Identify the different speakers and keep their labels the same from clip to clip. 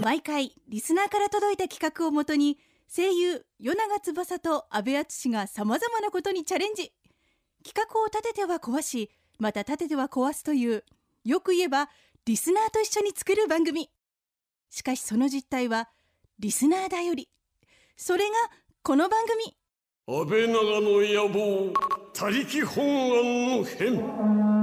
Speaker 1: 毎回リスナーから届いた企画をもとに声優与永翼と阿部淳がさまざまなことにチャレンジ企画を立てては壊しまた立てては壊すというよく言えばリスナーと一緒に作る番組しかしその実態はリスナーだよりそれがこの番組
Speaker 2: 安倍長の野望他力本願の変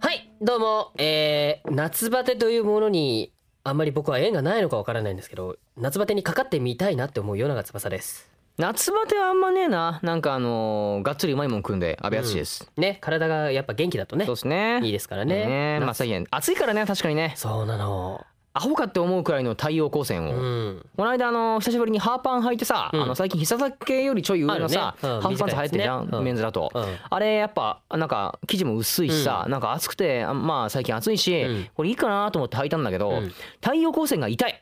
Speaker 3: はい、どうも、えー、夏バテというものに、あんまり僕は縁がないのかわからないんですけど、夏バテにかかってみたいなって思う夜長翼です。
Speaker 4: 夏バテはあんまねえななんかあのーがっつりうまいもん食うんで安倍淳です、
Speaker 3: ね、体がやっぱ元気だとね
Speaker 4: そう、ですね
Speaker 3: いいですからね。夏
Speaker 4: まあ最近暑いからね確かにね
Speaker 3: そうなの。
Speaker 4: アホかって思うくらいの太陽光線
Speaker 3: う
Speaker 4: を、
Speaker 3: ん。
Speaker 4: この間あのー久しぶりにハーパン履いてさ、
Speaker 3: うん
Speaker 4: あの最近膝丈よりちょい上のさ、
Speaker 3: あるねうん
Speaker 4: ハーフパンツ履いてるじゃ
Speaker 3: 短いや
Speaker 4: ん、
Speaker 3: つねうん
Speaker 4: メンズだと、
Speaker 3: うん
Speaker 4: あれやっぱなんか生地も薄いしさ、なんか暑くてあまあ最近暑いし、
Speaker 3: うん
Speaker 4: これいいかなと思って履いたんだけど、
Speaker 3: うん
Speaker 4: 太陽光線が痛 い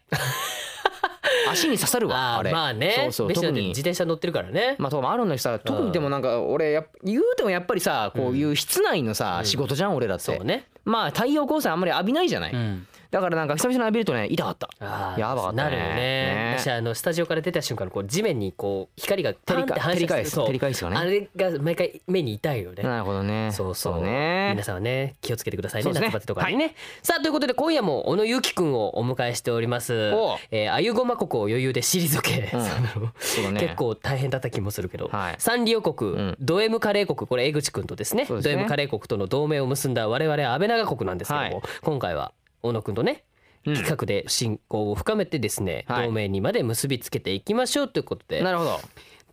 Speaker 4: 足に刺さるわあ
Speaker 3: あー
Speaker 4: れ
Speaker 3: まあね、
Speaker 4: そうそう
Speaker 3: ベシだっ
Speaker 4: 特
Speaker 3: て
Speaker 4: に
Speaker 3: 自転車乗ってるからね。
Speaker 4: まあ、とかもあるんだけどさ特にでもなんか俺やっぱ言うてもやっぱりさこういう室内のさ仕事じゃん俺らっ
Speaker 3: そ
Speaker 4: て
Speaker 3: うね。
Speaker 4: まあ太陽光線あんまり浴びないじゃない
Speaker 3: ん。
Speaker 4: だからなんか久々に浴びるとね痛かった
Speaker 3: あー
Speaker 4: やばかっ
Speaker 3: な
Speaker 4: たね
Speaker 3: るよね
Speaker 4: ね
Speaker 3: 私あのスタジオから出た瞬間のこう地面にこう光がパンって反射
Speaker 4: 照り返
Speaker 3: す
Speaker 4: す
Speaker 3: るそう
Speaker 4: 照り返すよ
Speaker 3: あ
Speaker 4: ね
Speaker 3: れが毎回目に痛いよね。
Speaker 4: なるほどね
Speaker 3: そうそう
Speaker 4: ね
Speaker 3: 皆さんはね気をつけてくださいね
Speaker 4: そうですね
Speaker 3: 夏バテとかにね、さあということで今夜も小野由紀くんをお迎えしております
Speaker 4: おう
Speaker 3: えーあゆごま国を余裕で退け、
Speaker 4: う ん
Speaker 3: その
Speaker 4: そうだね
Speaker 3: 結構大変だった気もするけど、
Speaker 4: はい
Speaker 3: サンリオ国、
Speaker 4: うん
Speaker 3: ド M カレー国これ江口くんとですね
Speaker 4: そうです
Speaker 3: ド
Speaker 4: ね
Speaker 3: M カレー国との同盟を結んだ我々安倍長国なんですけども、
Speaker 4: はい
Speaker 3: 今回は小野くんとね
Speaker 4: うん
Speaker 3: 企画で進行を深めてですね、
Speaker 4: はい
Speaker 3: 同盟にまで結びつけていきましょうということで
Speaker 4: なるほど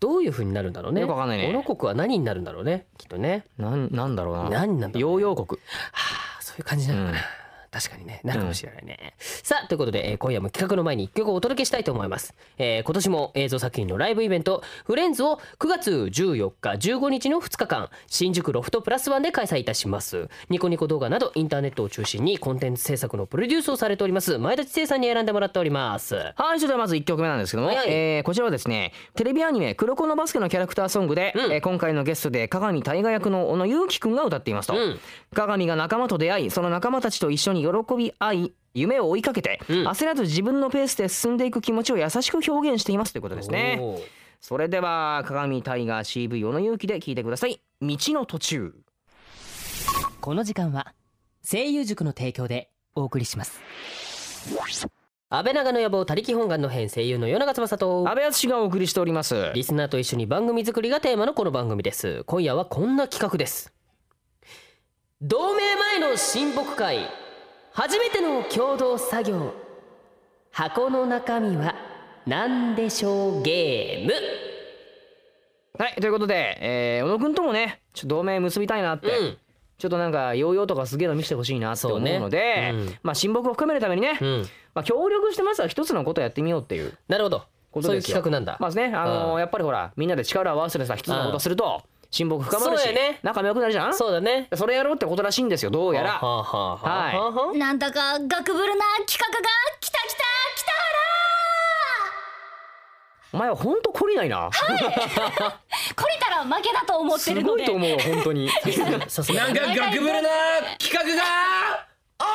Speaker 3: どういうふうになるんだろうね
Speaker 4: よくわかんないね
Speaker 3: 小野国は何になるんだろうねきっとね
Speaker 4: なんなんだろうな
Speaker 3: 何なんだろう
Speaker 4: ヨーヨー国
Speaker 3: はあそういう感じなのかな、
Speaker 4: うん
Speaker 3: 確かにねなるかもしれないね、さあということで、えー今夜も企画の前に一曲をお届けしたいと思います、えー今年も映像作品のライブイベント「フレンズ」を9月14日15日の2日間新宿ロフトプラスワンで開催いたしますニコニコ動画などインターネットを中心にコンテンツ制作のプロデュースをされております前田知生さんに選んでもらっております
Speaker 4: はいそれではまず1曲目なんですけども、
Speaker 3: はいはい
Speaker 4: えーこちらはですねテレビアニメ「黒子のバスケ」のキャラクターソングで、
Speaker 3: うん
Speaker 4: えー今回のゲストで加賀見大河役の小野裕貴くんが歌っていますと、
Speaker 3: うん
Speaker 4: 加賀見が仲間と出会いその仲間たちと一緒に喜び合い夢を追いかけて、
Speaker 3: うん
Speaker 4: 焦らず自分のペースで進んでいく気持ちを優しく表現していますということですね
Speaker 3: おー
Speaker 4: それでは加賀見大河 CV 小野裕貴で聞いてください道の途中
Speaker 3: この時間は声優塾の提供でお送りします安倍長の野望他力本願の編声優の与永翼と
Speaker 4: 安倍淳がお送りしております
Speaker 3: リスナーと一緒に番組作りがテーマのこの番組です今夜はこんな企画です同盟前の親睦会初めての共同作業箱の中身は何でしょうゲーム
Speaker 4: はいということで、えー小野くんともねちょっと同盟結びたいなって、
Speaker 3: うん
Speaker 4: ちょっとなんかヨーヨーとかすげえの見せてほしいなって思うので
Speaker 3: そうねうん
Speaker 4: まあ親睦を深めるためにね、
Speaker 3: うん
Speaker 4: まあ、協力してまずは一つのことをやってみようっていう
Speaker 3: なるほど
Speaker 4: こと
Speaker 3: そうい
Speaker 4: で
Speaker 3: う
Speaker 4: すよ
Speaker 3: 企画なんだ、
Speaker 4: まずね、あのーやっぱりほらみんなで力を合わせてさ一つのことをすると親睦深まるし、
Speaker 3: そうやね
Speaker 4: 仲も良くなるじゃんそ
Speaker 3: そうだね
Speaker 4: れやろうってことらしいんですよどうやら
Speaker 3: はあはあはあはあはあ
Speaker 5: なんだかガクブルな企画が来た来た来た
Speaker 4: お前はほんと懲りないな、
Speaker 5: らこりたら負けだと思って
Speaker 4: す
Speaker 5: るの
Speaker 4: ご
Speaker 5: で
Speaker 4: いと思う本当に
Speaker 3: さすが
Speaker 6: なんかガクブルな企画があな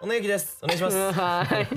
Speaker 6: 小野ゆきですお願いします
Speaker 4: はい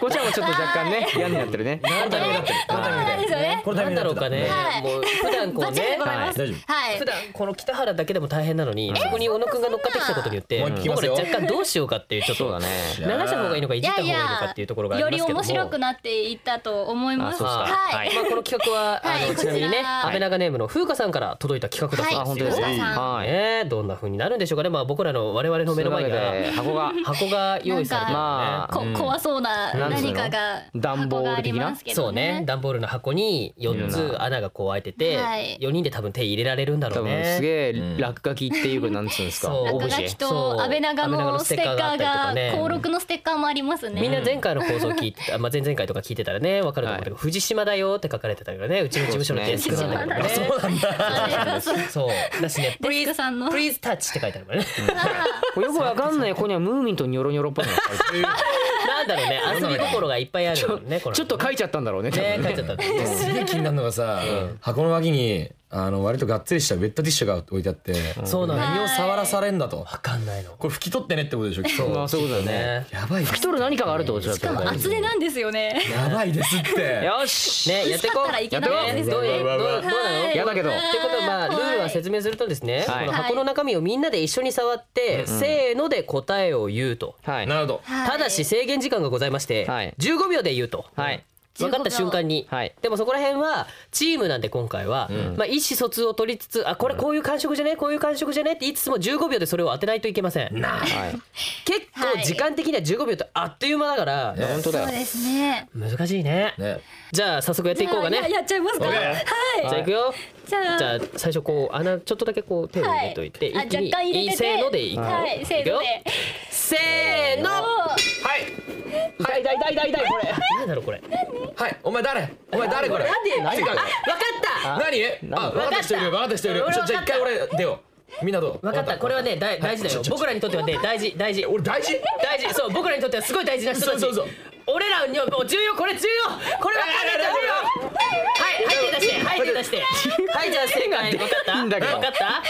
Speaker 4: こちらもちょっと若 干ね嫌になってるね
Speaker 3: なんだろうなって
Speaker 6: このタイミング
Speaker 5: なんですよね
Speaker 6: このタイ
Speaker 3: なん
Speaker 6: ミング
Speaker 3: だろうかね、
Speaker 5: はい
Speaker 3: もう普段こ
Speaker 5: バ
Speaker 3: う
Speaker 5: ッチリで
Speaker 3: ね
Speaker 5: ございます
Speaker 6: はい大丈
Speaker 5: はい
Speaker 3: 普段この北原だけでも大変なのに、そこに小野くんが乗っかってきたことによって
Speaker 6: もう一匹いま
Speaker 3: 僕
Speaker 6: す
Speaker 3: ら
Speaker 6: よ
Speaker 3: 若干どうしようかっていうちょっと
Speaker 4: そうだね
Speaker 3: 流した方がいいのかいじった方がいいのかっていうところがあり
Speaker 5: よ
Speaker 3: ますけ
Speaker 5: り
Speaker 3: ども
Speaker 5: 面白くなっていったと思いま
Speaker 4: あ
Speaker 5: す
Speaker 4: そう
Speaker 3: あー
Speaker 4: っす
Speaker 5: は
Speaker 3: はいいまあこの企画は、
Speaker 5: はい
Speaker 3: あのちなみにね
Speaker 5: こちら
Speaker 3: 安倍長ネームの風花さんから届いた企画だ
Speaker 4: あ
Speaker 3: そう
Speaker 4: 本当
Speaker 3: で
Speaker 4: ですす
Speaker 3: よ、
Speaker 5: は
Speaker 4: ね
Speaker 5: い
Speaker 4: はい、
Speaker 3: ねどんな風になるんでしょうかねまあ僕らの我々の目の前
Speaker 4: そういうわけで
Speaker 3: が
Speaker 4: 箱が
Speaker 3: 箱が用意されてる
Speaker 4: なん
Speaker 3: の
Speaker 4: か
Speaker 5: こ
Speaker 3: ね、
Speaker 5: 怖そうな
Speaker 4: なんですよ
Speaker 5: 何かが
Speaker 4: 段ボ
Speaker 5: 箱が
Speaker 4: ー
Speaker 5: あ
Speaker 4: ル
Speaker 5: り
Speaker 4: 的な
Speaker 5: ますけ
Speaker 3: そ
Speaker 5: ど
Speaker 3: うね
Speaker 5: ね
Speaker 3: 段ボールの箱に4つ穴がこう開いてて、
Speaker 5: はい
Speaker 3: 4人で多分手入れられるんだろ
Speaker 4: 多
Speaker 3: う
Speaker 4: 分
Speaker 3: ね
Speaker 4: すげ
Speaker 6: う
Speaker 4: え
Speaker 6: ん
Speaker 4: 落書きっていうかなんつうんですか
Speaker 3: そう
Speaker 4: オブ
Speaker 5: 落
Speaker 4: ジェ
Speaker 5: 書き
Speaker 3: そう
Speaker 5: と安倍長
Speaker 3: 安倍長の
Speaker 5: の
Speaker 3: ス
Speaker 5: ス
Speaker 3: テ
Speaker 5: テ
Speaker 3: ッカー
Speaker 5: ッ
Speaker 3: が
Speaker 5: カ
Speaker 3: あったり
Speaker 5: ー
Speaker 3: とか
Speaker 5: が
Speaker 3: ね
Speaker 5: 登録のステッカーもありますね
Speaker 3: みんな前回の放送聞いてた、まあ前々回とか聞いてたらね、わかると思うんだけど、藤島だよって書かれてたけどね、うちの事務所のデスクなんだけどね。
Speaker 6: そうなんだ
Speaker 5: あれがそう
Speaker 3: そう、だしね、
Speaker 5: デスクさんの
Speaker 3: please touch って書いてあるからね。
Speaker 4: これよくわかんない子にはムーミンとニョロニョロっ ぽいのが書いてある
Speaker 3: なんだろうね、遊び心がいっぱいあるもんね、この
Speaker 4: ちょっと書いちゃったんだろうね多分
Speaker 3: ね、
Speaker 4: ね
Speaker 3: 書いちゃったんだよね。
Speaker 6: すげえ気になるのがさ箱の脇にあの割とがっつりしたウェットティッシュが置いてあって
Speaker 3: そうなんだ
Speaker 6: 何を触らされんだと
Speaker 3: わかんないの
Speaker 6: これ拭き取ってねってことでしょきっと
Speaker 4: そういうことだね
Speaker 3: ね
Speaker 6: やばい
Speaker 4: 拭き取る何かがあるってことだと
Speaker 5: しか
Speaker 4: 思う
Speaker 5: も厚手なんですよね
Speaker 6: やばいですって
Speaker 4: よし
Speaker 3: ねやってこ
Speaker 5: 薄かったら
Speaker 3: う
Speaker 5: いけないやつです
Speaker 3: ど
Speaker 5: よ
Speaker 3: う
Speaker 5: ね
Speaker 3: いうどうどうなの
Speaker 5: はい
Speaker 4: やだけど
Speaker 3: ってことはまあルールは説明するとですね、
Speaker 4: はい
Speaker 3: この箱の中身をみんなで一緒に触って、せーので答えを言うと、
Speaker 4: はい
Speaker 6: なるほど
Speaker 5: はい
Speaker 3: ただし制限時間がございまして、
Speaker 4: はい
Speaker 3: 15秒で言うと、
Speaker 4: はい
Speaker 3: 分かった瞬間に、
Speaker 4: はい
Speaker 3: でもそこら辺はチームなんで今回は、まあ、意思疎通を取りつつあこれこういう感触じゃねこういう感触じゃねって言いつつも15秒でそれを当てないといけません
Speaker 4: はい
Speaker 3: 結構時間的には15秒ってあっという間だから、
Speaker 4: 本当だ
Speaker 5: そう
Speaker 4: よ
Speaker 5: ですね
Speaker 3: 難しいね
Speaker 6: ね
Speaker 3: じゃあ早速やっていこうか
Speaker 5: じゃあや
Speaker 3: ね
Speaker 5: やっちゃいますか
Speaker 6: OK
Speaker 5: はい
Speaker 3: じゃあいくよ、
Speaker 5: じゃあ
Speaker 3: じゃあ最初こう穴ちょっとだけこう手を入れといて、
Speaker 5: はいあ
Speaker 3: 一気に
Speaker 5: 若干入れてて
Speaker 3: いいせーのでいい、
Speaker 5: はいせー
Speaker 3: い
Speaker 5: ので
Speaker 3: くよせーの
Speaker 4: 痛い痛い痛い痛い痛いこれ
Speaker 3: なんだろうこれ
Speaker 6: はいお前誰お前誰これ
Speaker 3: 何
Speaker 6: てか
Speaker 3: わかった
Speaker 6: 何
Speaker 4: 何
Speaker 6: あ分かった人いるよ分かった人いるよ
Speaker 3: 俺
Speaker 6: ち
Speaker 3: 分か
Speaker 6: ょ
Speaker 3: った
Speaker 6: じゃあ一回俺出ようみんなどう
Speaker 3: わかったこれはね大大事だよ
Speaker 6: ちょちょ
Speaker 3: 僕らにとってはね大事大事
Speaker 6: 俺大事
Speaker 3: 大事そう僕らにとってはすごい大事な人たち
Speaker 6: そうそうそう
Speaker 3: 俺らにはもう重要これ重要これわかんないと思うよはいはい手出してはい手出してはいじゃあ正解わかった
Speaker 4: んだけど
Speaker 3: わかった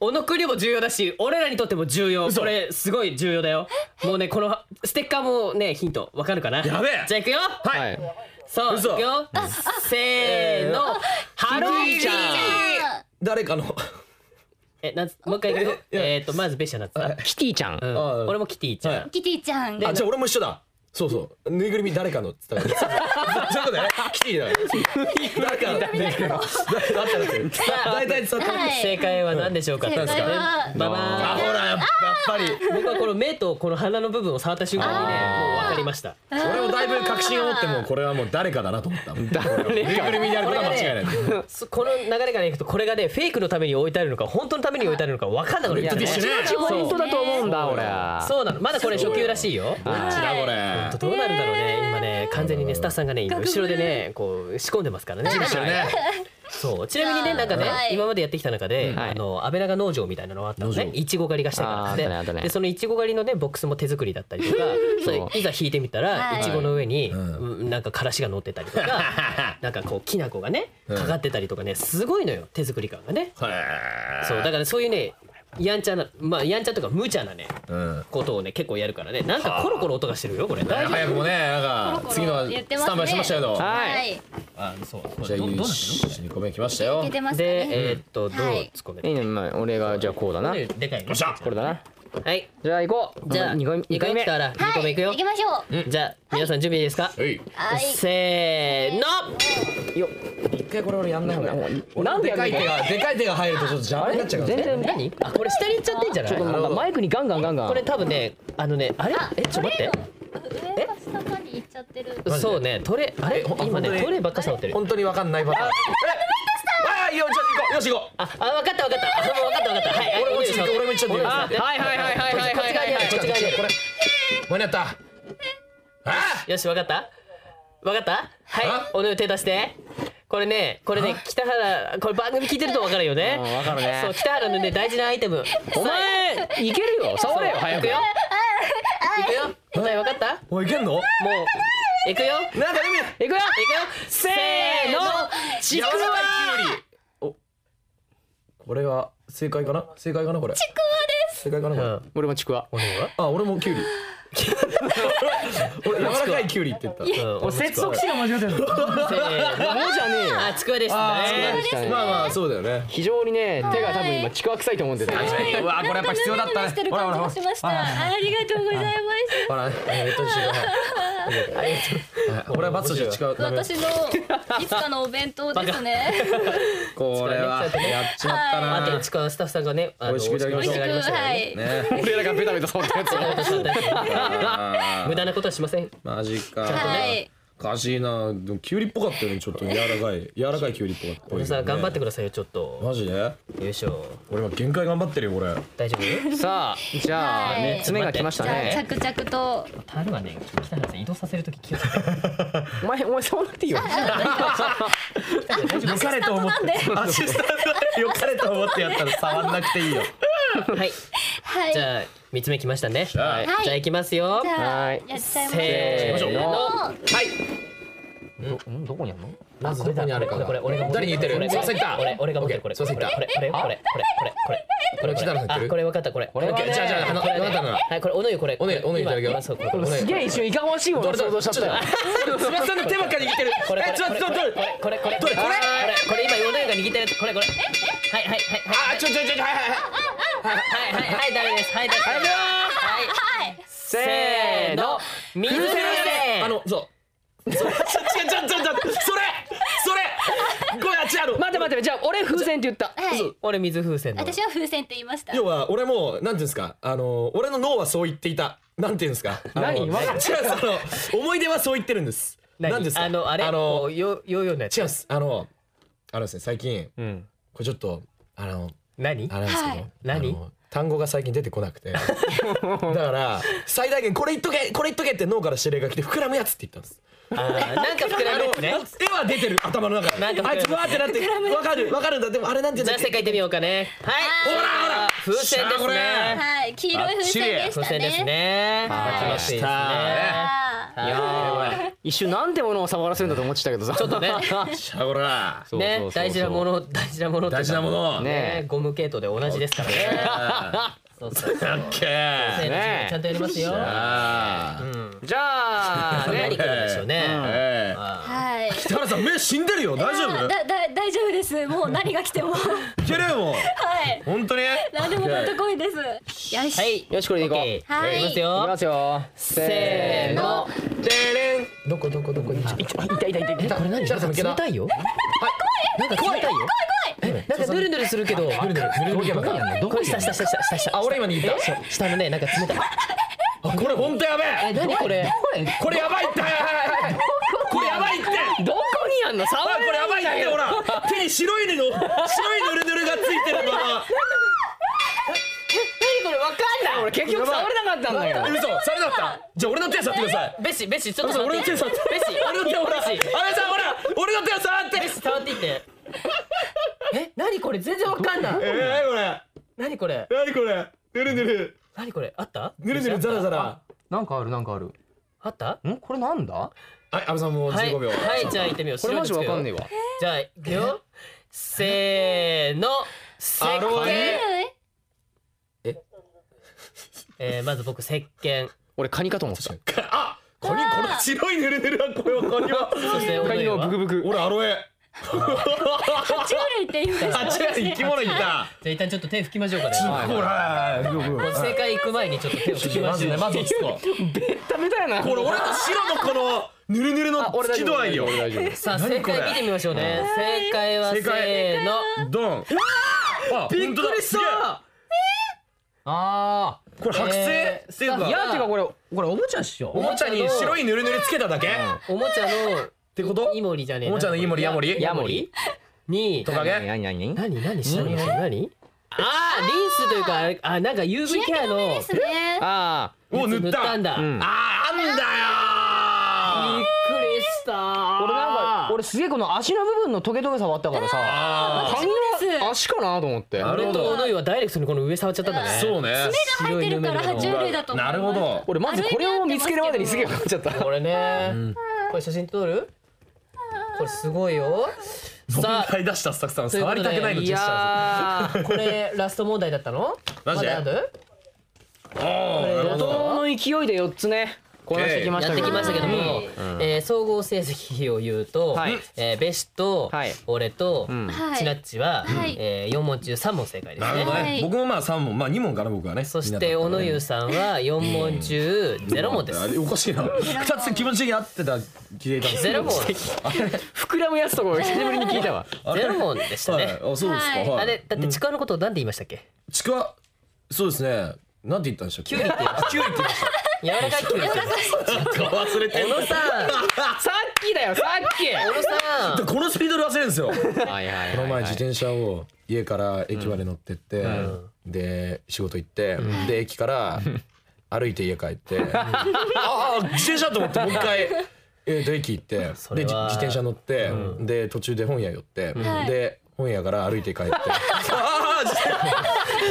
Speaker 3: 小野国も重要だし俺らにとっても重要これすごい重要だよもうねこのステッカーもねヒントわかるかな
Speaker 6: やべえ
Speaker 3: じゃあいくよ
Speaker 6: はい
Speaker 4: はい
Speaker 3: そうい
Speaker 6: 嘘
Speaker 3: くよせーのハロ
Speaker 6: キ
Speaker 3: ー
Speaker 6: ティ
Speaker 3: ちゃん
Speaker 6: 誰かの
Speaker 3: えなんつもう一回いくよえっとまずベシャなってた
Speaker 4: キティちゃん
Speaker 3: うん
Speaker 6: あ
Speaker 3: 俺もキティちゃん
Speaker 6: はい
Speaker 5: キティちゃん
Speaker 6: あじゃあ俺も一緒だそうそうぬいぐるみ誰かのっつったからそういうことだよねキティだよ誰かの誰かの誰かのって大体伝わってる
Speaker 5: はい
Speaker 3: 正解は何でしょうか。
Speaker 5: 正解は
Speaker 3: ババ
Speaker 6: あ
Speaker 3: ーン
Speaker 6: ほらやっぱり
Speaker 3: 僕はこの目とこの鼻の部分を触った瞬間にね、もう分かりました。
Speaker 6: 俺もだいぶ確信を持ってもうこれはもう誰かだなと思ったもん
Speaker 4: 誰
Speaker 6: ぬいぐるみでやることは間違いない
Speaker 3: そこの流れからいくと、これがね、フェイクのために置いてあるのか、本当のために置いてあるのか、分かんなくなっちゃう
Speaker 6: びっくり
Speaker 3: ね。
Speaker 6: したね
Speaker 4: 一応本当だと思うんだ俺
Speaker 3: そうなの、まだこれ初級らしいよ。
Speaker 6: どっちだこれ
Speaker 3: どうなるんだろうね、今ね、完全にね、スタッフさんがね、今後ろでね、こう仕込んでますからね。
Speaker 6: 一緒ね
Speaker 3: そう、ちなみにね、なんかね
Speaker 5: は、い
Speaker 3: 今までやってきた中で、
Speaker 4: はい
Speaker 3: あの、安倍長農場みたいなのがあったのね
Speaker 6: 農、場
Speaker 3: いちご狩りがした
Speaker 4: あーあ
Speaker 3: から
Speaker 4: ったねあっ
Speaker 3: で
Speaker 4: たね
Speaker 3: で、そのいちご狩りのね、ボックスも手作りだったりとか、そういざ引いてみた
Speaker 5: は
Speaker 3: ら、
Speaker 5: い
Speaker 3: いちごの上に、
Speaker 6: ん
Speaker 3: うんなんかからしが乗ってたりとか、なんかこうきな粉がね、かかってたりとかね、すごいのよ、手作り感がね。
Speaker 6: へ
Speaker 3: そう、だからそういうね、やんちゃな、まあ、やんちゃとか無茶なね、
Speaker 6: ーうん
Speaker 3: ことをね、結構やるからね、なんかコロコロ音がしてるよ、これ。大丈夫
Speaker 6: 早くもねなんか次のは
Speaker 5: 言ってますね
Speaker 6: スタンバイしてましたけど
Speaker 4: は
Speaker 5: はい
Speaker 3: あ、そう。こ
Speaker 6: じ
Speaker 3: れ
Speaker 6: ゃ
Speaker 3: ど
Speaker 6: あ
Speaker 3: どうなの
Speaker 6: 2個目来ましたよ
Speaker 5: いけてますか
Speaker 3: で、
Speaker 5: ね
Speaker 3: えーっと、どう
Speaker 5: はい
Speaker 3: 突っ込め
Speaker 4: いい
Speaker 3: る
Speaker 4: ねまあ俺がじゃあこうだなこ
Speaker 3: でかいね
Speaker 6: よっしゃ
Speaker 4: れだな
Speaker 3: はい。
Speaker 4: じゃあ行こう
Speaker 3: じゃあ
Speaker 4: 二回目二回目
Speaker 3: 行くよから二個目行くよ
Speaker 5: 行きましょう
Speaker 3: じゃあ皆さん準備いいですか
Speaker 6: はい
Speaker 5: はい
Speaker 3: せーの
Speaker 6: 一回これ俺やんない方がいい
Speaker 4: なんで
Speaker 6: で
Speaker 4: やん
Speaker 6: か
Speaker 4: の
Speaker 6: い手がでかい手が入るとちょっと邪魔になっちゃうから
Speaker 4: 全然
Speaker 3: 何あこれ下に行っちゃってんじゃない
Speaker 6: と
Speaker 4: なんかマイクにガンガンガンガン
Speaker 3: これ多分ねあのねあれえちょっと待って
Speaker 5: 上か下かに行っちゃってる
Speaker 3: そうね取れあれ
Speaker 6: えほ
Speaker 3: 今
Speaker 6: 本当
Speaker 3: ね
Speaker 6: に
Speaker 3: 取ればっか触ってる
Speaker 6: 本当にわかんないパターンああーいいよじゃあ行こうよし行こう
Speaker 3: ああ分かった分かったあもう分かった分かったはい
Speaker 6: 俺もちょっと俺もちょっと
Speaker 3: あはい
Speaker 4: はいはいはいはいはい
Speaker 3: こっち側にあるこっち側にある
Speaker 6: これ間に合ったあ
Speaker 3: よし分かった分かったはい
Speaker 6: あ
Speaker 3: おのよ手出してこれねこれね北原これ番組聞いてると分かるよね
Speaker 4: うん分かるね
Speaker 3: そう北原のね大事なアイテム
Speaker 4: お前いけるよ触れよ早
Speaker 3: い
Speaker 4: く
Speaker 3: くよいくよ答え分かったも
Speaker 6: おいいけんの
Speaker 3: ういくよ
Speaker 6: なんか意味
Speaker 3: いくよいくよせーのちくわ
Speaker 6: おこれは正解かな正解かなこれちくわです正解かなこれ
Speaker 4: 俺もちくわ
Speaker 6: あ俺もキュウリ 俺柔らかいキュウリって言った
Speaker 3: うん俺接続
Speaker 4: 詞が間違ってる
Speaker 3: せーの
Speaker 4: もうじゃねえよ
Speaker 3: あちくわです
Speaker 6: あー
Speaker 3: ね
Speaker 4: ちくわですね
Speaker 6: まあまあそうだよね
Speaker 4: 非常にね手が多分今ちくわ臭いと思うんでね
Speaker 6: 確かにうわこれやっぱ必要だったね
Speaker 5: してる
Speaker 6: ほら
Speaker 5: 感
Speaker 6: ほ
Speaker 5: じ
Speaker 6: ら
Speaker 5: がし
Speaker 6: ほ
Speaker 5: ました
Speaker 6: ら
Speaker 5: ありがとうござい
Speaker 6: ほらえっとしてこれは罰として違うダメ
Speaker 5: ます私のいつかのお弁当です ね
Speaker 6: これはやっちまった
Speaker 3: あと
Speaker 6: な
Speaker 3: ちくわのスタッフさんがねあの
Speaker 6: 美味しくいただきましょう
Speaker 3: 美味しくいただきましたからね
Speaker 5: は
Speaker 6: ね
Speaker 4: 俺らがベタベタ触ったやつを
Speaker 6: あー
Speaker 3: 無駄なことはしません
Speaker 6: マジか
Speaker 5: はい
Speaker 6: おかしいなでもキュウリっぽかったよねちょっと柔らかい柔らかいキュウリっぽかった
Speaker 3: 俺さ頑張って
Speaker 6: く
Speaker 3: くださいよちょっと
Speaker 6: マジで
Speaker 3: よいしょ
Speaker 6: 俺今限界頑張ってるよこれ
Speaker 3: 大丈夫
Speaker 4: さあじゃあ
Speaker 5: はい
Speaker 4: 3つ目が来ました
Speaker 5: じゃあ
Speaker 4: ね
Speaker 5: 着々と
Speaker 3: 樽はね北原さん移動させるとき気をつけて
Speaker 4: お前お前触んなくていいよ
Speaker 6: よかれと思ってアシスタントよかれと思ってやったら触んなくていいよ
Speaker 3: はい
Speaker 5: はい
Speaker 3: じ
Speaker 5: じゃ
Speaker 3: ゃあ三つ目来ましたねじゃ
Speaker 6: はい
Speaker 3: あいきますよ
Speaker 5: あ
Speaker 4: はい
Speaker 5: やっちゃいましょ
Speaker 3: せ
Speaker 5: う
Speaker 3: ーの
Speaker 6: は
Speaker 3: はい
Speaker 4: どんどこにあるの
Speaker 6: まずどこにあるかが
Speaker 3: これこれ俺が持
Speaker 6: 誰に言ってる
Speaker 3: これこれ
Speaker 6: すいません言った
Speaker 3: 俺俺が持ってるこれ
Speaker 6: オッケーすいません言った
Speaker 3: これこれこれこれこれこれこれ
Speaker 6: これ北野さん言ってる
Speaker 3: あこれ分かったこれこ
Speaker 6: オッケーじゃあじゃああのあなたの
Speaker 3: はいこれおのゆこれ
Speaker 6: おねおねいただけよ
Speaker 3: 今そうこれこれ
Speaker 6: おね
Speaker 4: すげえ一瞬いかがましいもの
Speaker 6: どれど
Speaker 4: 想 像
Speaker 6: れ
Speaker 4: しちゃったよ
Speaker 6: ちょっと翼さんの手ばっかり握ってる
Speaker 3: これ
Speaker 6: えちょっとちょっと
Speaker 3: これこれこれこれこれこれこれこれ今ヨネが握ってるやつこれこれはいはいはい
Speaker 6: あちょちょちょちょはいはい
Speaker 3: は
Speaker 6: はい
Speaker 3: いはいはいダメですはいダメですはいせーの水風船
Speaker 6: あのそうそう違うちょちょちょちょそれそれこれあっちある
Speaker 3: 待って待ってじゃあ俺風船って言った
Speaker 5: はい
Speaker 3: 嘘俺水風船だ
Speaker 5: 私は風船って言いました
Speaker 6: 要は俺もなんていうんですかあの俺の脳はそう言っていたなんていうんですかあの
Speaker 3: 何
Speaker 6: 違う
Speaker 3: わかんない
Speaker 6: その思い出はそう言ってるんです
Speaker 3: 何
Speaker 6: なんですか
Speaker 3: あのあれ
Speaker 6: あ
Speaker 3: こ
Speaker 6: の
Speaker 3: うヨヨーヨーのやつ
Speaker 6: 違うんですあのあのですね最近
Speaker 3: うん
Speaker 6: これちょっとあの
Speaker 3: 何
Speaker 6: あれなんですけど、
Speaker 5: はい
Speaker 3: 何
Speaker 6: あの単語が最近出てこなくて だから最大限これ言っとけこれ言っとけって脳から指令が来て膨らむやつって言ったんです
Speaker 3: あーなんか膨らむやつね
Speaker 6: あの絵は出てる頭の中で
Speaker 3: なんか膨ら
Speaker 6: あ
Speaker 3: む
Speaker 6: いつわーってなってわかるわかるんだでもあれなんて言う
Speaker 3: じ
Speaker 6: んだ
Speaker 3: ゃ
Speaker 6: っ
Speaker 3: あ
Speaker 6: け
Speaker 3: 正解行ってみようかねはいほらほら風船ですね
Speaker 5: はい黄色い風船でした
Speaker 3: 風船です
Speaker 5: ね
Speaker 3: ね
Speaker 4: はい
Speaker 3: 来ました
Speaker 5: あー
Speaker 3: いや
Speaker 4: 一瞬なんてものを触らせるんだと思ってたけどさちょっ
Speaker 3: ーね
Speaker 6: しゃあこら
Speaker 4: そうそうそ
Speaker 3: ね
Speaker 4: うそう
Speaker 3: 大事なもの大事なものって
Speaker 6: 大事なもの
Speaker 4: ね
Speaker 3: ねゴム系統で同じですからねそうそうそう
Speaker 6: オッケー
Speaker 4: ね
Speaker 3: ちゃんとやりますよ
Speaker 6: あー
Speaker 4: じゃ あ
Speaker 3: 何
Speaker 4: ね
Speaker 3: からでしょうね
Speaker 6: ええ
Speaker 5: はい
Speaker 6: 北原さん目死んでるよ大丈
Speaker 5: あ
Speaker 6: 夫
Speaker 5: だだ大丈夫ですもう何が来てもはい
Speaker 6: けるよもう
Speaker 5: い
Speaker 6: 本当に
Speaker 5: 何でもどんとこいですよし
Speaker 3: はい
Speaker 4: よしこれでいこう
Speaker 3: OK いき
Speaker 5: はい
Speaker 3: ます
Speaker 4: いき
Speaker 3: よ
Speaker 4: ますよ
Speaker 3: せーの
Speaker 6: でれんどこどこどこい
Speaker 3: いたいたいたいたこれ何
Speaker 6: 北原さんいけた
Speaker 3: 冷たいよなんか冷たいよえなんかぬるぬるするけど
Speaker 6: ぬるぬるぬるぬるいけばか
Speaker 3: どこ下下下下下下
Speaker 6: あ俺今に言った
Speaker 3: え下のねなんか冷たい
Speaker 6: あこれ本当やべ
Speaker 3: え
Speaker 6: え
Speaker 3: 何これ
Speaker 6: これやばいってはいはいはいはい これやばいって
Speaker 4: どこにあんの触
Speaker 6: あこれやばいってほら手に白いの白いぬるぬるがついてる
Speaker 4: これわかんない俺結局触れなかったんだ
Speaker 6: の
Speaker 4: よ
Speaker 6: 嘘それだったじゃあ俺の手触ってください
Speaker 3: ベシベシちょっと
Speaker 6: 嘘俺
Speaker 3: 待
Speaker 6: の
Speaker 3: って
Speaker 6: 手触って
Speaker 3: ベシ
Speaker 6: 俺の手ほら安倍さんほら俺の手を触って
Speaker 3: ベシ触っていってえ何これ全然わかんない
Speaker 6: えー、これ
Speaker 3: 何これ
Speaker 6: 何これぬるぬる
Speaker 3: 何これあった
Speaker 6: ぬるぬるザラザラ
Speaker 4: なんかあるなんかある
Speaker 3: あった
Speaker 4: んこれなんだ
Speaker 6: はい安倍さんもう
Speaker 3: はい
Speaker 6: 15秒
Speaker 3: はいじゃあ行ってみよう
Speaker 4: これマジわかんねえ
Speaker 3: わ
Speaker 4: わ
Speaker 3: じゃあ行くよせーの石
Speaker 6: アロ
Speaker 3: 鹸
Speaker 6: エ
Speaker 3: えーまず僕石鹸
Speaker 4: 俺カニかと思ってた
Speaker 6: あこれこの白いぬるぬるはこれはこれは
Speaker 3: そしてお
Speaker 4: カ
Speaker 3: の
Speaker 4: ニ
Speaker 3: ゆ
Speaker 4: のブ
Speaker 3: は
Speaker 4: クブク
Speaker 6: 俺アロエ
Speaker 5: 爬虫類って言いました
Speaker 6: あ違う生き物いた
Speaker 3: じゃあ一旦ちょっと手拭きましょうかね
Speaker 6: これ
Speaker 3: 正解行く前にちょっと手を拭きましょう
Speaker 6: まず落ち着こう
Speaker 4: ダメだよな
Speaker 6: これ俺と白のこのぬるぬるの
Speaker 4: あ俺
Speaker 6: つ
Speaker 4: 大
Speaker 6: き
Speaker 4: 丈夫
Speaker 6: 度合いよ
Speaker 4: 俺大丈夫
Speaker 3: さあ正
Speaker 6: 何これ
Speaker 3: 解見てみましょうね正解はせ
Speaker 6: 正解
Speaker 3: ーの
Speaker 6: ドンあ
Speaker 4: びっくりしたあー
Speaker 6: 本当だすげえ
Speaker 3: え
Speaker 6: これ剥製
Speaker 3: ー
Speaker 6: っていう
Speaker 4: い
Speaker 6: か
Speaker 4: やてかこれこれおもちゃっしょ
Speaker 6: おもちゃに白いぬるぬるつけただけっ
Speaker 3: おもちゃの
Speaker 6: てこと
Speaker 3: イモリじゃねえ
Speaker 6: おもちゃのイモリヤモリ
Speaker 3: ヤモリに
Speaker 6: トカゲ
Speaker 4: 何何何
Speaker 3: 何何下に何あーリンスというかあれあなんか UV ケアの
Speaker 5: ですね
Speaker 4: あ
Speaker 6: を塗った
Speaker 3: 塗ったんだ、
Speaker 4: ん
Speaker 6: あーあんだ
Speaker 3: びっ
Speaker 6: よ
Speaker 3: くりした
Speaker 4: あ俺なんか
Speaker 3: 俺
Speaker 4: 俺すげえこの足の部分のトゲトゲ触ったからさ
Speaker 6: あ
Speaker 4: カニの足かなと思って
Speaker 6: なるほ
Speaker 3: と
Speaker 6: ど
Speaker 3: おのゆはダイレクトにこの上触っちゃったんだね
Speaker 6: そうね
Speaker 5: 目が生えてるから爬虫類だと思いま
Speaker 6: な
Speaker 5: す
Speaker 6: るほど
Speaker 4: 俺まずこれを見つけるまでにすげえかかっちゃった
Speaker 3: これね、これ写真撮るこれすごいよさあ
Speaker 6: 問題出したスタッフさん
Speaker 3: というこ
Speaker 6: 触
Speaker 3: と
Speaker 6: り
Speaker 3: で
Speaker 6: たくないのジェスチャー
Speaker 4: あー
Speaker 3: これラスト問題だったの
Speaker 6: マジで
Speaker 3: まだある
Speaker 6: ズおーなるほど
Speaker 4: この勢いで四つねこなしてきまし
Speaker 3: や
Speaker 4: た
Speaker 3: っ
Speaker 4: け
Speaker 3: てき
Speaker 4: ど
Speaker 3: ましたけども、えー総合成績を言うと、
Speaker 4: はい
Speaker 3: えーベシと、
Speaker 4: はい
Speaker 3: 俺と、
Speaker 4: ん
Speaker 5: はい
Speaker 3: チナッチは、
Speaker 5: はい
Speaker 3: えー、4問中3問正解です
Speaker 6: なる
Speaker 3: ね
Speaker 6: ほど
Speaker 5: は
Speaker 6: ね
Speaker 5: い
Speaker 6: 僕もまあ3問まあ2問かな僕はね
Speaker 3: そして小野湯さんは4問中0問です
Speaker 6: あれおかしいな2つ気持ち的に合ってた聞いたんですけ
Speaker 3: 0
Speaker 6: ど
Speaker 3: 問
Speaker 4: 膨らむやつとか久しぶりに聞いたわ
Speaker 3: ゼロ問でした
Speaker 6: は
Speaker 3: ね
Speaker 6: いあそうですか
Speaker 5: はい
Speaker 6: は
Speaker 3: あ
Speaker 6: い
Speaker 3: れだってちくわのことを何で言いましたっけ
Speaker 6: ちくわそうですねなんて言ったんでしたっけ
Speaker 3: キュウリって言いました
Speaker 6: キュウリって言いまし
Speaker 3: 柔らかいキュウリって言いました
Speaker 6: 忘れてる
Speaker 3: た小野さ
Speaker 4: さっきだよさっき
Speaker 3: ん小野さん
Speaker 6: このスピードで忘れるんですよ
Speaker 4: はいはい
Speaker 6: この前自転車を家から駅まで乗ってって、で仕事行って、で駅から歩いて家帰って、ああ自転車と思ってもう一回。えー、と駅行ってでじ
Speaker 3: れ
Speaker 6: 自
Speaker 3: は
Speaker 6: 転車乗って、で途中で本屋寄って、
Speaker 5: ん
Speaker 6: で本屋から歩いて帰って、ああ自転車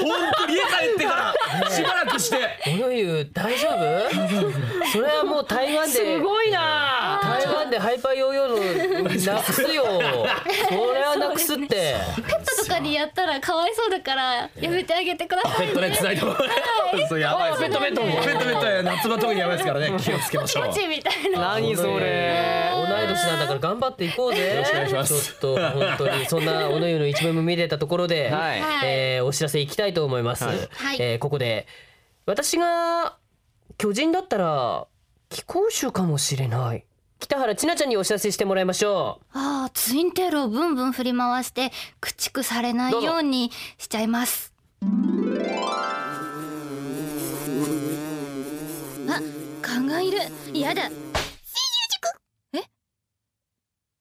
Speaker 6: 本当に家帰ってからしばらくして
Speaker 3: 小野湯大丈夫それはもう台湾です
Speaker 4: ごいな
Speaker 3: 台湾でハイイパーヨーヨーのなくす よそれはなくすって
Speaker 5: ペットとかにやったらかわいそうだからやめてあげてくださ
Speaker 6: ペ
Speaker 5: い
Speaker 6: ットね
Speaker 5: ね
Speaker 6: 繋いでもらう そうやばいですね
Speaker 5: あーペットペット
Speaker 6: ペットペットは夏場特にやばいですからね気をつけまし
Speaker 5: 気
Speaker 6: ょう
Speaker 5: 持ちいいみたいな
Speaker 4: 何それ
Speaker 3: 同い年なんだから頑張っていこうぜ
Speaker 6: よろしくお願いします
Speaker 3: ちょっと本当にそんなおのゆの一面も見れたところで、
Speaker 4: はい
Speaker 3: えーお知らせいきたいと思います、
Speaker 5: はい
Speaker 3: えーここで私が巨人だったら貴公衆かもしれない北原千奈ちゃんにお知らせしてもらいましょ
Speaker 5: ああツインテールをブンブン振り回して駆逐されないようにしちゃいますあカンガンいるやだ声優塾え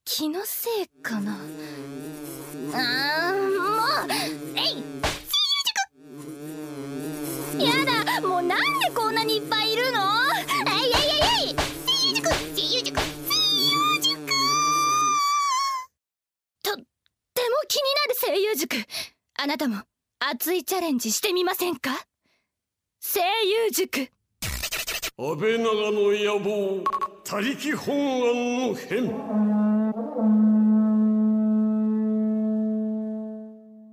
Speaker 5: 気のせいかなあーもうえい声優塾やだもうなんでこんなにいっぱいいるのえいえいえいえい声優塾声優塾声優塾とっても気になる声優塾あなたも熱いチャレンジしてみませんか声優塾
Speaker 2: 安倍長の野望他力本願の変
Speaker 3: う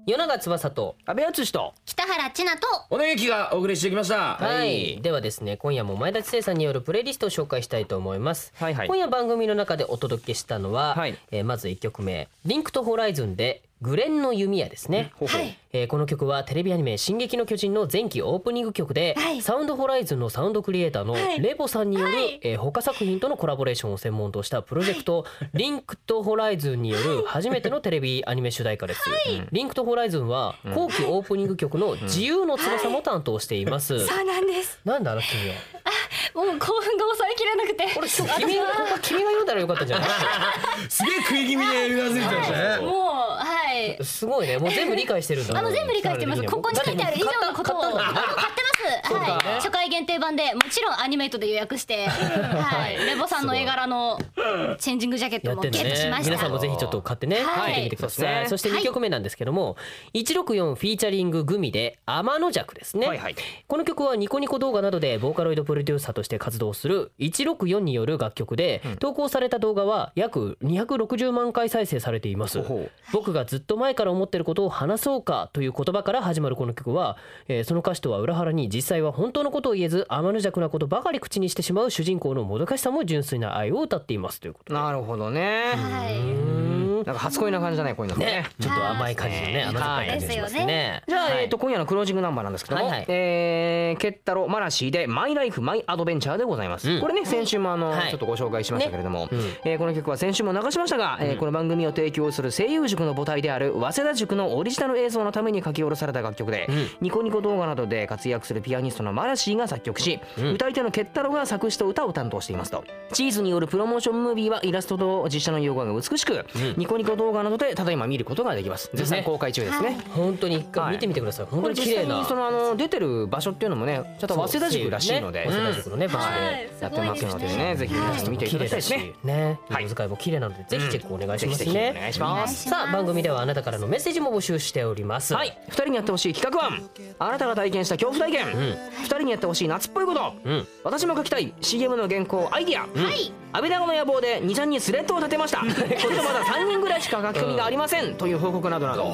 Speaker 3: 夜長翼と
Speaker 4: 安倍敦と
Speaker 5: 北原千奈と
Speaker 6: おねゆきがお送りしてきました
Speaker 3: はい、ではですね今夜も前田知世さんによるプレイリストを紹介したいと思います、
Speaker 4: はいはい
Speaker 3: 今夜番組の中でお届けしたのは、
Speaker 4: はい
Speaker 3: えーまず1曲目「リンクとホライズン」で「グレンの弓矢」ですね、
Speaker 4: ほうほう
Speaker 5: はい
Speaker 3: えーこの曲はテレビアニメ「進撃の巨人」の前期オープニング曲で、
Speaker 5: はい
Speaker 3: サウンドホライズンのサウンドクリエイターのレボさんによる、えー他作品とのコラボレーションを専門としたプロジェクト、 リンクとホライズンによる初めてのテレビアニメ主題歌です、リンクとホライズンは後期オープニング曲の「自由の翼」も担当しています、
Speaker 5: うなんです
Speaker 3: なんだな君 は
Speaker 5: もう興奮が抑えきれなくて
Speaker 3: 俺今日君がここは君が読んだらよかったん じゃない
Speaker 6: すげえ食い気味でうなずいてました
Speaker 5: もう
Speaker 6: ね
Speaker 5: はい
Speaker 3: すごいねもう全部理解してるんだ
Speaker 5: あの全部理解してますここに書いてある以上のことをあの買ってますはい初回限定版でもちろんアニメイトで予 約してはいレボさんの絵柄のチェンジングジャケッ
Speaker 3: や
Speaker 5: ト
Speaker 3: っ
Speaker 5: も
Speaker 3: て
Speaker 5: ゲ
Speaker 3: んだ
Speaker 5: ットし
Speaker 3: ね
Speaker 5: ました
Speaker 3: 皆さんもぜひちょっと買ってね
Speaker 5: はい
Speaker 3: 聞いてみてください、
Speaker 4: はい
Speaker 3: そして2曲目なんですけども、164フィーチャリンググミで天の弱ですね、
Speaker 4: はいはい
Speaker 3: この曲はニコニコ動画などでボーカロイドプロデューサーとして活動する164による楽曲で、投稿された動画は約260万回再生されています
Speaker 4: ほうほう
Speaker 3: 僕がずっと前から思ってることを話そうかという言葉から始まるこの曲は、えーその歌詞とは裏腹に実際は本当のことを言えず天の弱なことばかり口にしてしまう主人公のもどかしさも純粋な愛を歌っていますということで
Speaker 4: なるほどね
Speaker 5: はい
Speaker 4: なんか初恋な感じじゃないこういうのもね
Speaker 3: ね、ちょっと甘い感じのね、
Speaker 4: はい
Speaker 3: 甘酸っぱい感じがします
Speaker 5: ですよ
Speaker 3: ね。
Speaker 4: じゃあ、
Speaker 3: はい
Speaker 4: えっ、と今夜のクロージングナンバーなんですけども、
Speaker 3: はいはい
Speaker 4: えーケッタロマラシーでマイライフマイアドベンチャーでございます。
Speaker 3: うん
Speaker 4: これね先週もあの、
Speaker 3: はい
Speaker 4: ちょっとご紹介しましたけれども、えーこの曲は先週も流しましたが、えーこの番組を提供する声優塾の母体である早稲田塾のオリジナル映像のために書き下ろされた楽曲で、ニコニコ動画などで活躍するピアニストのマラシーが作曲し、歌い手のケッタロが作詞と歌を担当していますと。チーズによるプロモーションムービーはイラストと実写の融合が美しく、ニコニコ動画などでただいま見ることができます。絶賛公開中ですね。
Speaker 3: 本当に一回見てみてください。本当
Speaker 4: これ
Speaker 3: に
Speaker 4: 実
Speaker 3: 綺麗
Speaker 4: 際
Speaker 3: な
Speaker 4: にそ。のあの出てる場所っていうのもねちょっと早稲田塾らしいので、
Speaker 3: 早稲田塾のね、場所
Speaker 5: は
Speaker 3: で。
Speaker 5: い
Speaker 4: やってますのでね、ぜひ皆さん見ていた
Speaker 3: 綺麗
Speaker 4: だきたい
Speaker 3: だ
Speaker 4: です
Speaker 3: し
Speaker 4: ね。、
Speaker 3: ね、色
Speaker 4: はい
Speaker 3: 使いも綺麗なので、ぜひチェックお願いし
Speaker 4: ぜ
Speaker 3: ます
Speaker 4: ひぜひお願
Speaker 3: ね
Speaker 4: い。しま
Speaker 5: お願い
Speaker 4: す。
Speaker 5: します
Speaker 3: さあ、番組ではあなたからのメッセージも募集しております。
Speaker 4: はい、二人にやってほしい企画案、あなたが体験した恐怖体験、二人にやってほしい夏っぽいこと、
Speaker 3: ん
Speaker 4: 私も書きたい CM の原稿アイディア、
Speaker 5: い
Speaker 4: 安倍長の野望で二ちゃんにスレッドを立て ました。これとまだ三人ぐらいしか書き込みがありません、という報告などなど、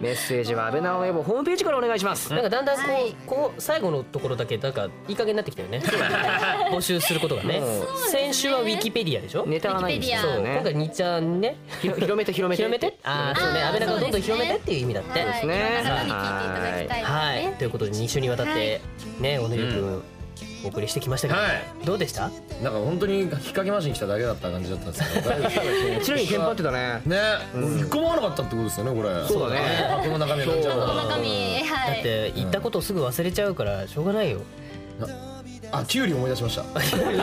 Speaker 4: メッセージは安倍長の野望ホームページからお願いします。
Speaker 3: なんかだんだんこう、こう最後のところだけなんかいい加減になってきたよね。募集することがね
Speaker 4: もう。
Speaker 3: 先週はウィキペディアでしょ。
Speaker 4: ネタがないんですよ
Speaker 5: そ
Speaker 3: そう、今
Speaker 4: ね
Speaker 3: 回。にちゃんね、
Speaker 4: 広広めて 広めて。
Speaker 3: 広めて。ああ、そうね、
Speaker 5: あー
Speaker 3: 安倍長をどんどん広めてっていう意味だっ
Speaker 5: はい
Speaker 3: て。
Speaker 5: いろん
Speaker 4: ね
Speaker 5: な方に聞いていただきたいですね
Speaker 3: はい、ということで2週にわたってね、おねゆくんお送りしてきましたけど、
Speaker 6: はい
Speaker 3: どうでした？
Speaker 6: なんか本当に引っ掛け回しに来ただけだった感じだったんですけど大丈夫です
Speaker 4: ちなみにテンパってたね。
Speaker 6: ね、一個も合わなかったってことですよねこれ
Speaker 4: そうだね
Speaker 6: 箱の中身なんちゃう
Speaker 5: この中身は
Speaker 3: だっ
Speaker 5: い
Speaker 3: て言ったことをすぐ忘れちゃうからしょうがないよ。
Speaker 6: あキュウリ思い出しました
Speaker 3: 給料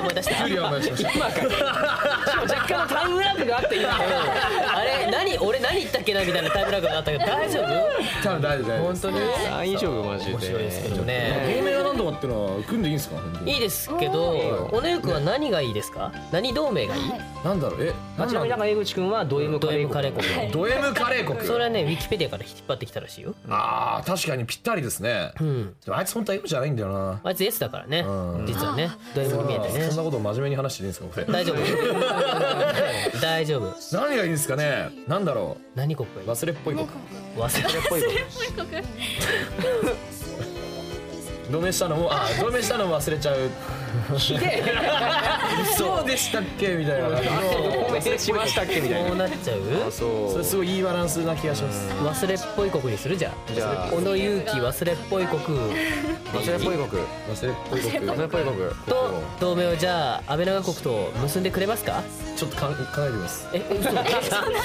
Speaker 3: 思い出し
Speaker 6: キュウリ
Speaker 3: た。
Speaker 6: 思い出しました
Speaker 4: 若干のタイムラグがあって今。
Speaker 3: あれれ何俺何言ったっけなみたいなタイムラグがあったけど大丈夫
Speaker 6: 多分大丈 夫
Speaker 3: 本当に
Speaker 4: 大丈夫マジで
Speaker 6: 面白いですけど
Speaker 3: ね
Speaker 6: 芸名は何とかってのは組んでいいんですか本当に
Speaker 3: いいですけどおねゆくんは何がいいですか何同盟がいい
Speaker 6: なんだろうえ
Speaker 4: まあちなみにだから江口くんはド M
Speaker 3: ド
Speaker 4: カレ
Speaker 3: M カレ
Speaker 4: ー
Speaker 3: ー国
Speaker 6: ド M カレー国
Speaker 3: それはねウィキペディアから引っ張ってきたらしいよ
Speaker 6: あー確かにぴったりですね、
Speaker 3: ん
Speaker 6: でもあいつ本当は M じゃないんだよな
Speaker 3: あいつ S だからね
Speaker 6: うん
Speaker 3: 実はねド M に見えてね
Speaker 6: そんなこと真面目に話していいんですかこれ
Speaker 3: 大 丈夫大丈夫
Speaker 6: 何がいいんですかねなんだろ
Speaker 3: 何国がいう
Speaker 6: 忘れっぽい国
Speaker 3: い忘れっぽい
Speaker 6: 同盟したのもあ同盟したのも忘れちゃうそうでしたっけみたいな感じの
Speaker 4: 国しましたっけみたい
Speaker 3: こ
Speaker 4: な
Speaker 3: うなっちゃう
Speaker 6: それすごいいいバランスな気がします
Speaker 3: 忘れっぽい国にするじゃん
Speaker 4: じゃあ
Speaker 3: 小野勇気忘れっぽい国
Speaker 4: 忘れっぽい国
Speaker 6: 忘れっぽい国
Speaker 4: 忘れっぽい国
Speaker 3: と同盟をじゃあ安倍長国と結んでくれますか
Speaker 6: ちょっとかん考えてみます
Speaker 3: え嘘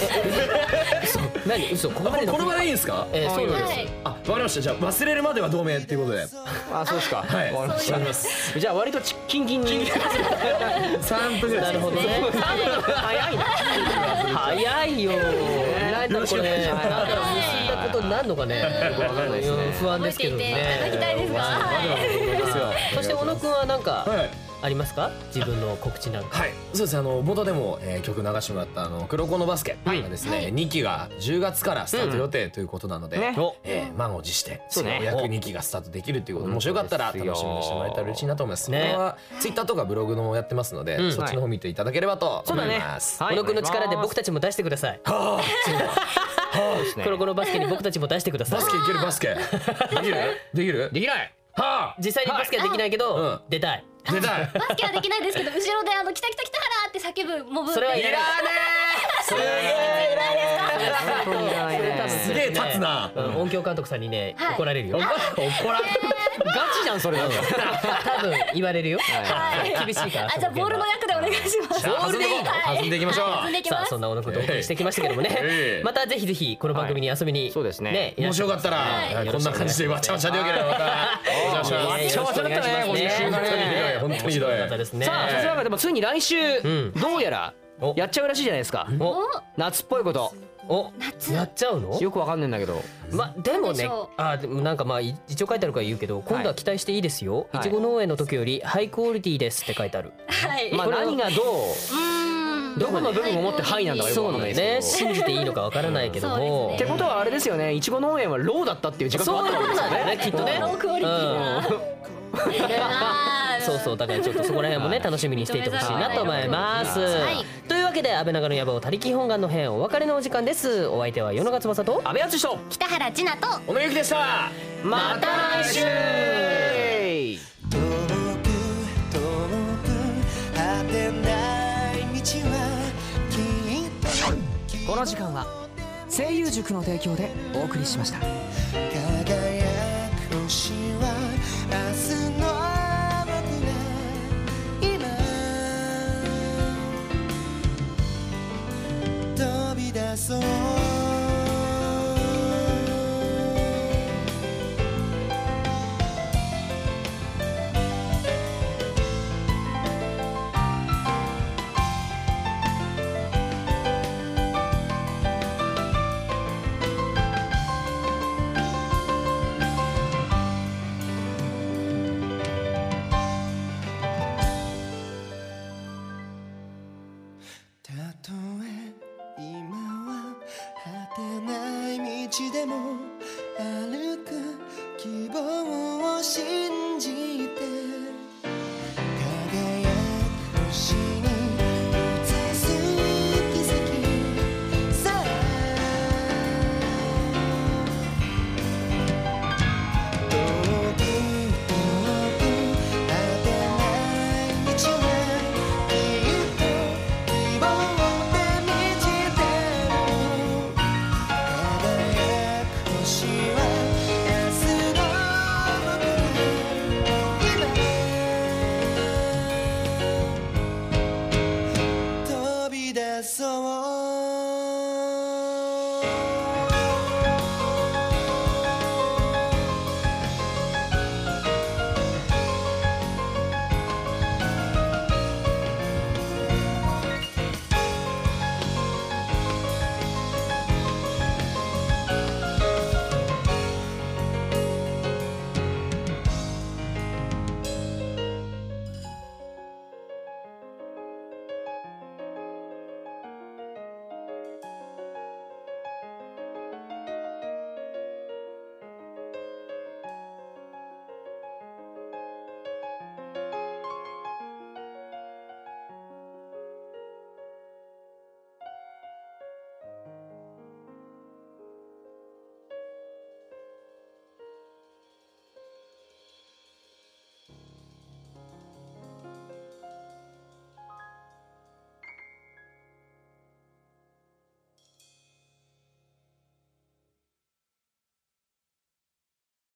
Speaker 3: え嘘何嘘ここまでの
Speaker 6: この場でいいんですか
Speaker 3: えーそうなんです
Speaker 5: はい
Speaker 6: あわかりましたじゃあ忘れるまでは同盟っていうことで
Speaker 4: あそうですか
Speaker 6: はい
Speaker 4: わかりました
Speaker 6: わかります
Speaker 4: じゃあ割とチキンキンに
Speaker 6: 3分ぐらい
Speaker 3: なるほどね早いな早いよ何だろうこれなんだろう結んだことになんのかね
Speaker 4: わかんないですね
Speaker 3: うん不安ですけどね
Speaker 5: 覚えていていただきたいですが
Speaker 6: はい
Speaker 3: そして小野くんは何か
Speaker 6: はい
Speaker 3: ありますか自分の告知なんか
Speaker 6: はい、そうですねあの冒頭でも、えー曲流してもらったあの「黒子のバスケ」がですね、2期が10月からスタート予定ということなので、
Speaker 4: ね
Speaker 6: えー満を持して
Speaker 4: そうね
Speaker 6: 約2期がスタートできるということでもしよかったら楽しみにしてもらえたら嬉しいなと思います。
Speaker 3: ね
Speaker 6: これはツイッターとかブログもやってますので、
Speaker 3: ん
Speaker 6: そっちの方見ていただければと思います。
Speaker 4: はい
Speaker 3: 小野くんの力で僕たちも出してください
Speaker 4: ね
Speaker 3: コロコロバスケに僕たちも出してください
Speaker 6: バスケいけるバスケできるできる
Speaker 4: できない
Speaker 6: はあ
Speaker 3: 実際にバスケはできないけ
Speaker 6: はいう
Speaker 3: ど
Speaker 6: ん
Speaker 3: 出たい
Speaker 6: 出たい
Speaker 5: バスケはできないですけど後ろであの「きたきたきたハラ!」って叫ぶモブ
Speaker 3: それはいらない
Speaker 6: すげえ
Speaker 4: 本当にいらないね
Speaker 6: すげえ立つな
Speaker 3: うん音響監督さんにね
Speaker 5: はい
Speaker 3: 怒られるよ
Speaker 6: 怒られ
Speaker 4: ガチじゃんそれだと
Speaker 3: 多分言われるよ
Speaker 5: はい
Speaker 3: 厳しいから
Speaker 5: あじゃあボールの役でお願いします
Speaker 6: ボールでいい
Speaker 5: は
Speaker 6: 弾んでいきましょう
Speaker 5: はい弾んでいき
Speaker 3: さ
Speaker 5: ま
Speaker 3: あ
Speaker 5: す
Speaker 3: そんな小野くんとお送りしてきましたけども
Speaker 6: え
Speaker 3: ね
Speaker 6: え
Speaker 3: またぜひぜひこの番組に遊びに
Speaker 4: そうですね
Speaker 3: いら
Speaker 6: も
Speaker 3: っ
Speaker 6: し
Speaker 3: しゃ
Speaker 6: よ
Speaker 3: い
Speaker 6: かったら、はいこんな感じでわちゃわちゃでよければまたお
Speaker 3: いやい
Speaker 6: 願い
Speaker 3: や
Speaker 6: します。
Speaker 3: よろしくお願いしますね
Speaker 6: 本当にひどい本当にひどい
Speaker 3: またですね
Speaker 4: さあそしてなんかでもついに来週どうやら
Speaker 3: お
Speaker 4: やっちゃうらしいじゃないですか
Speaker 3: お
Speaker 4: 夏っぽいこと
Speaker 3: おやっちゃうの
Speaker 4: よくわかんないんだけど
Speaker 3: までも
Speaker 5: なんでし
Speaker 3: ね
Speaker 5: ょ
Speaker 3: あでもなんかまあい一応書いてあるから言うけど今度は期待していいですよい
Speaker 4: はい
Speaker 3: ちご農園の時よりハイクオリティですって書いてある
Speaker 5: はい
Speaker 4: まあ何がど
Speaker 5: うん
Speaker 4: うどこの部分を持って「はい」なんだかよく
Speaker 3: そ
Speaker 4: わ
Speaker 3: う
Speaker 4: かん
Speaker 3: な
Speaker 4: なんい
Speaker 3: で
Speaker 4: ですすけ
Speaker 3: ね
Speaker 4: ど
Speaker 3: 信じていいのかわからないけど
Speaker 5: そう
Speaker 3: も
Speaker 5: で
Speaker 4: ってことはあれですよねいちご農園はローだったっていう自覚も
Speaker 3: そ
Speaker 4: あ
Speaker 3: う
Speaker 4: ったってこと
Speaker 3: なん
Speaker 4: ですよ
Speaker 3: だよねきっとね
Speaker 5: ロークオリティな
Speaker 3: うん そうそうだからちょっとそこら辺もね楽しみにしていてほしいなと思います
Speaker 5: はい
Speaker 3: というわけで安倍長の野望他力本願の編お別れのお時間ですお相手は世永翼と
Speaker 4: 安倍淳と
Speaker 5: 北原千奈と
Speaker 6: おめゆきでした。
Speaker 4: また来週
Speaker 7: 遠く遠く果てない道はきっと
Speaker 8: この時間は声優塾の提供でお送りしました
Speaker 7: 輝く星は明日の僕が今飛び出そうたとえ今は果てない道でも歩く希望を信じて